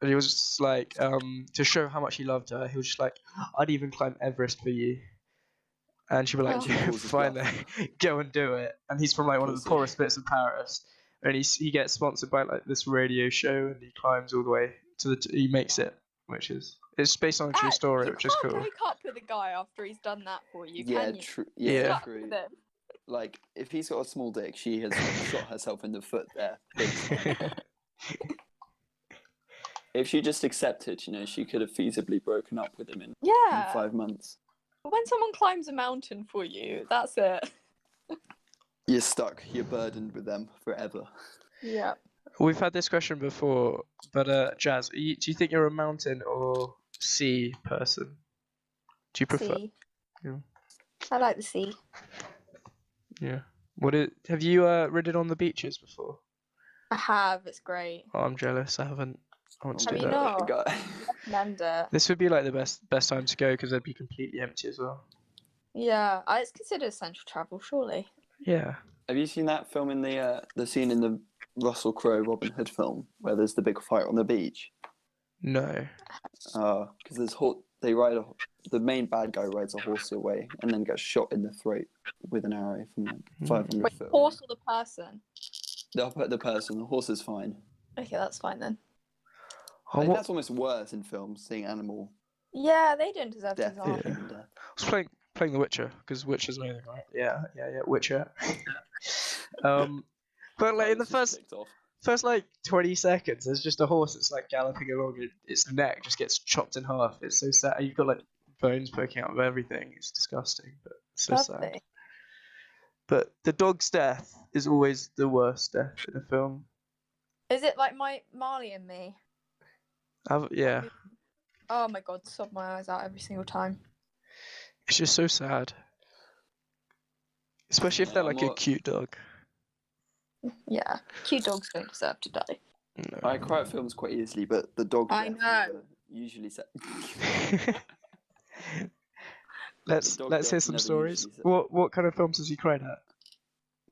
he was just like, um, to show how much he loved her. He was just like, "I'd even climb Everest for you," and she'd be like,
Oh.
"Yeah,
Calls his
"Fine
bluff.
then, go and do it." And he's from like one of the
Pussy.
poorest bits of Paris, and he he gets sponsored by like this radio show, and he climbs all the way to the. T- he makes it, which is it's based on a true
Ah,
story,
you
which is
can't
cool.
break up with a guy after he's done that for you,
yeah,
can you?
true.
Yeah.
Yeah,
Fuck
true.
with him.
Like if he's got a small dick, she has shot herself in the foot there. If she just accepted, you know, she could have feasibly broken up with him in, in
Yeah.
five months.
But when someone climbs a mountain for you, that's it.
You're stuck. You're burdened with them forever.
Yeah.
We've had this question before, but uh, Jazz, are you, do you think you're a mountain or sea person? Do you prefer?
Sea.
Yeah.
I like the sea.
Yeah. What it, have you uh, ridden on the beaches before?
I have. It's great.
Oh, I'm jealous. I haven't. I want to
Have
do
you
that.
not?
Uh, guy-
Recommend it.
This would be like the best best time to go because they'd be completely empty as well.
Yeah, I- it's considered essential travel, surely.
Yeah.
Have you seen that film in the uh, the scene in the Russell Crowe Robin Hood film where there's the big fight on the beach?
No.
because there's ho- they ride a, the main bad guy rides a horse away and then gets shot in the throat with an arrow from like
Hmm.
500
Wait,
foot. away.
horse or the person?
They'll put the person. The horse is fine.
Okay, that's fine then.
I
Like,
wa-
That's almost worse in films, seeing animal
Yeah, they don't deserve to
death,
die.
Yeah.
human death.
was playing playing The Witcher because Witcher's amazing, right? Yeah, yeah, yeah. Witcher. um, but like in the
This was
first
ticked off.
first like 20 seconds there's just a horse that's like galloping along and its neck just gets chopped in half it's so sad you've got like bones poking out of everything it's disgusting but it's so sad
Lovely.
but the dog's death is always the worst death in a film
Is it like my Marley and me?
I've, yeah
Oh my god, sob my eyes out every single time.
it's just so sad especially if
Yeah,
they're
I'm
like a
not-
cute dog
Yeah, cute dogs don't deserve to die.
no.
I cry at films quite easily, but the dog
I
death
know.
never usually set.
let's
dog
let's hear
death
some
never
stories
usually-
what what kind of films has he cried at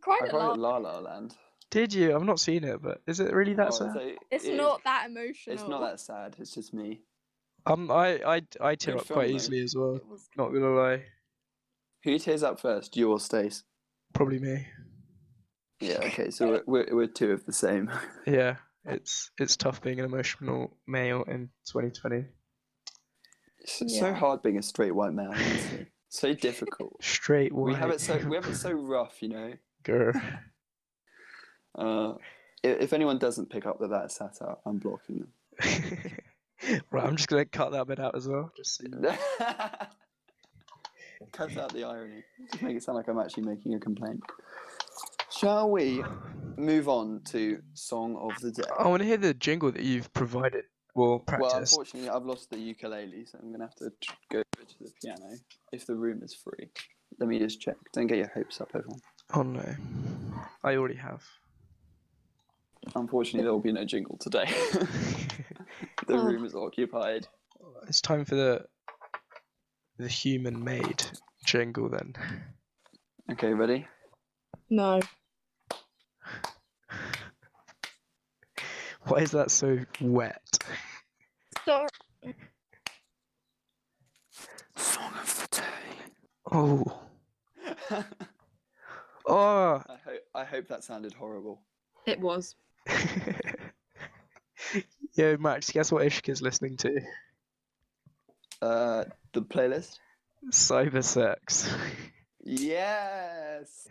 Cried
I
at
cried
last.
at La La Land.
did you i've not seen it but is it really that
Oh,
sad
so
It's
it-
not that emotional.
It's not that sad. It's just me.
Um, I I I tear
Good
up quite
film, though.
easily as well.
It was-
Not gonna lie,
Who tears up first, you or Stace?
probably me.
Yeah. Okay. So we're, we're we're two of the same.
Yeah, it's it's tough being an emotional male in 2020.
It's so
Yeah.
hard being a straight white man. honestly. so difficult.
Straight white.
We have it so we have it so rough, you know.
Grr.
Uh, i- if anyone doesn't pick up that that's satire, I'm blocking
right, I'm just gonna cut that bit out as well. Just so you-
them. Cut out the irony. Just make it sound like I'm actually making a complaint. Shall we move on to song of the day?
I want to hear the jingle that you've provided. Well,
well,
Oh, practice.
unfortunately, I've lost the ukulele, so I'm gonna have to tr- go over to the piano if the room is free. Let me just check. Don't get your hopes up, everyone.
oh no, I already have.
Unfortunately, there will be no jingle today. the
Oh.
room is occupied.
It's time for the the human-made jingle then.
Okay, ready?
No.
Why is that so wet?
Sorry.
Song of the day.
Oh, oh.
I hope I hope that sounded horrible.
It was.
Yo, Max, guess what Ishka's listening to?
Uh, the playlist.
Cyber sex.
Yes.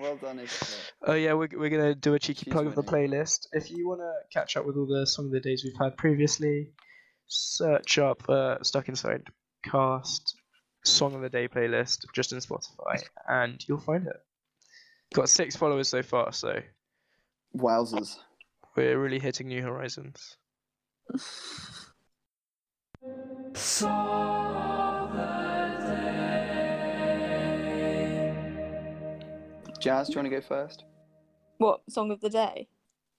Well done, Ishka.
oh yeah, we're, we're gonna do a cheeky
She's
plug of the
winning.
playlist. If you wanna catch up with all the some of the days we've had previously, search up uh, Stuck Inside Cast Song of the Day playlist just in Spotify, and you'll find it. Got six followers so far, so
Wowzers.
we're really hitting new horizons.
Jazz, do you want to go first?
What song of the day?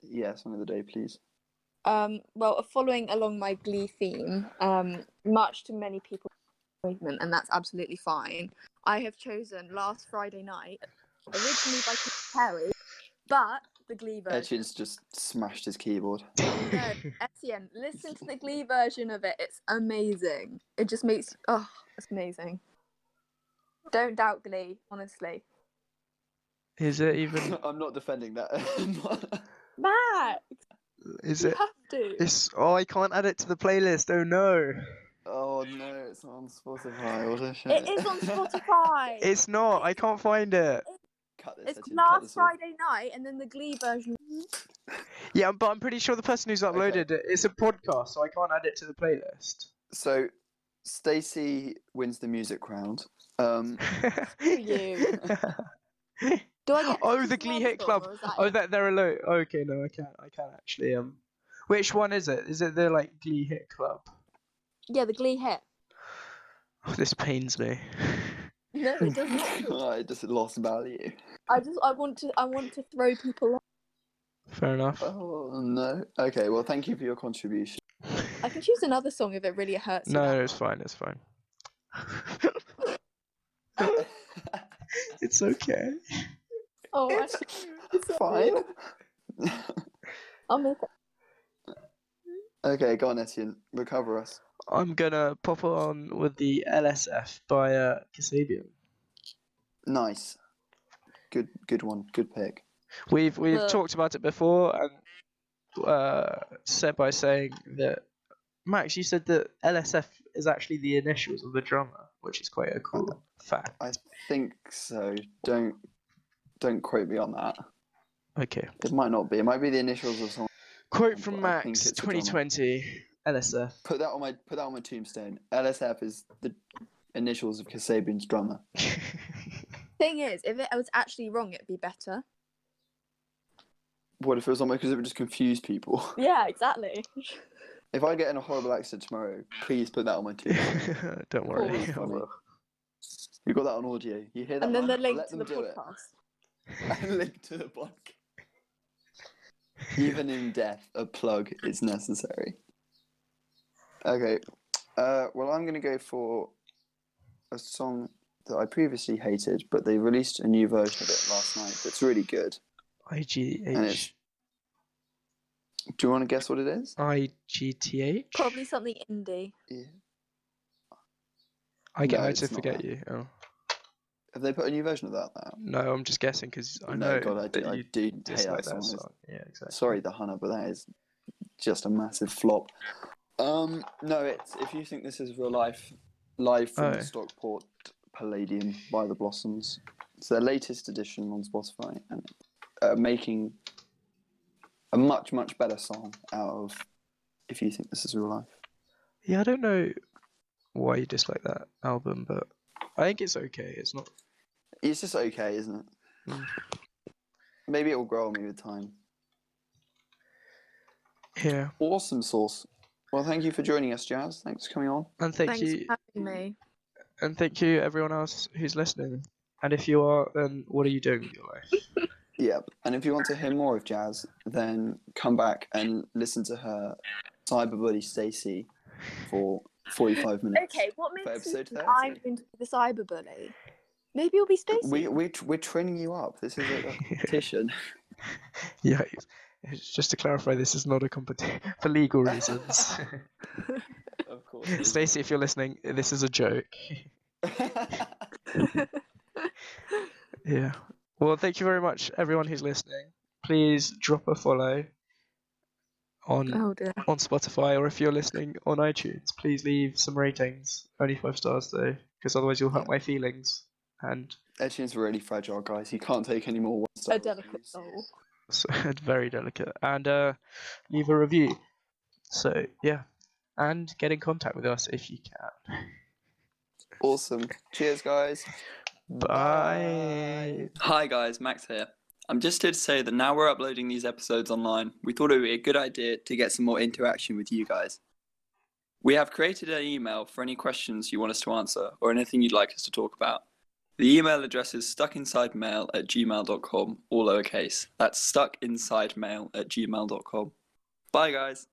Yeah, song of the day, please.
Um, well, following along my Glee theme, um, much to many people's disappointment, and that's absolutely fine. I have chosen Last Friday Night, originally by Katy Perry, but the Glee version.
Edge's just smashed his keyboard.
No, Etienne, listen to the Glee version of it. It's amazing. It just makes oh, it's amazing. Don't doubt Glee, honestly.
Is it even?
I'm not defending that.
Max,
Is
you
it?
have to.
It's. Oh, I can't add it to the playlist. Oh no,
oh no, it's not on Spotify. What a shame.
It is on Spotify.
it's not. I can't find it.
Cut this,
It's
Etienne, cut
last
this all.
Friday night, and then the Glee version.
Yeah, but I'm pretty sure the person who's uploaded it. It's a podcast, so I can't add it to the playlist.
So, Stacey wins the music round. Um,
you. Do I get?
Oh,
to
the
choose
Glee
one
Hit
song,
Club.
or is that
Oh,
it?
that they're alone. Okay, no, I can't. I can't actually. Um, which one is it? Is it the like Glee Hit Club?
Yeah, the Glee Hit.
Oh, this pains me.
No, it doesn't.
I just lost value.
I just I want to I want to throw people. off.
Fair enough.
Oh no. Okay. Well, thank you for your contribution.
I can choose another song if it really hurts. you.
No, it's fine. It's fine. it's okay.
Oh, I
It's
It's
Fine.
I'll make it.
okay, go on, Etienne. Recover us.
I'm gonna pop on with the LSF by uh, Kasabian.
Nice. Good. Good one. Good pick.
We've we've
Look.
talked about it before, and uh, said by saying that Max, you said that LSF is actually the initials of the drummer, which is quite a cool fact.
I think so. Don't don't quote me on that.
Okay,
It might not be. It might be the initials of someone.
quote
I
from
think
Max,
it's the drummer.
2020, LSF.
Put that on my put that on my tombstone. LSF is the initials of Kasabian's drummer.
Thing is, if it was actually wrong, it'd be better.
What if it was on my? Because it would just confuse people.
Yeah, exactly.
If I get in a horrible accident tomorrow, please put that on my tombstone.
Don't worry.
I will. You got that on audio. You hear that?
and then the
man?
link
Let
to
them
the
do it.
podcast.
and link to the podcast. Even in death, a plug is necessary. Okay. Uh, well, I'm going to go for a song that I previously hated, but they released a new version of it last night that's really good.
IGH.
Do you want to guess what it is?
IGTH?
Probably something indie.
Yeah.
I get
No,
how
it's
to
not
forget
that.
you. Oh.
Have they put a new version of that now?
No, I'm just guessing because I know
no, God, I do,
that
I
you
do hate
dislike
that
that
song.
song. Yeah, exactly.
Sorry, the Hunter, but that is just a massive flop. Um, no, it's if you think this is real life, live from
Oh.
the Stockport Palladium by the Blossoms. It's their latest edition on Spotify, and uh, making a much much better song out of if you think this is real life.
Yeah, I don't know why you dislike that album, but I think it's okay. It's not.
It's just okay, isn't it?
Mm.
Maybe it will grow on me with time.
Yeah,
Awesome source. Well, thank you for joining us, Jazz. Thanks for coming on.
and thank
Thanks
you,
for having me.
and thank you everyone else who's listening. And if you are, then what are you doing with your life?
Yep. And if you want to hear more of Jazz, then come back and listen to her cyber buddy Stacy for 45 minutes.
Okay, what makes you
episode
think I'm
30.
going to be the cyberbully? Maybe you'll be Stacey.
We, we're, tr- we're training you up. This is a competition.
yeah, it's- it's just to clarify, this is not a competition for legal reasons.
of course.
Stacey, if you're listening, this is a joke. Yeah. Well, thank you very much, everyone who's listening. Please drop a follow on
Oh dear.
on Spotify, or if you're listening on iTunes, please leave some ratings. Only five stars though, because otherwise you'll hurt my feelings. And
Etienne's really fragile, guys. You can't take any more one
A
star.
delicate soul.
so, it's very delicate. And uh, leave a review. So yeah, and get in contact with us if you can.
Awesome. Cheers, guys.
Bye.
Hi guys, Max here. I'm just here to say that now we're uploading these episodes online, we thought it would be a good idea to get some more interaction with you guys. We have created an email for any questions you want us to answer or anything you'd like us to talk about. The email address is stuckinsidemail at gmail.com, all lowercase. That's stuckinsidemail at gmail.com. Bye, guys.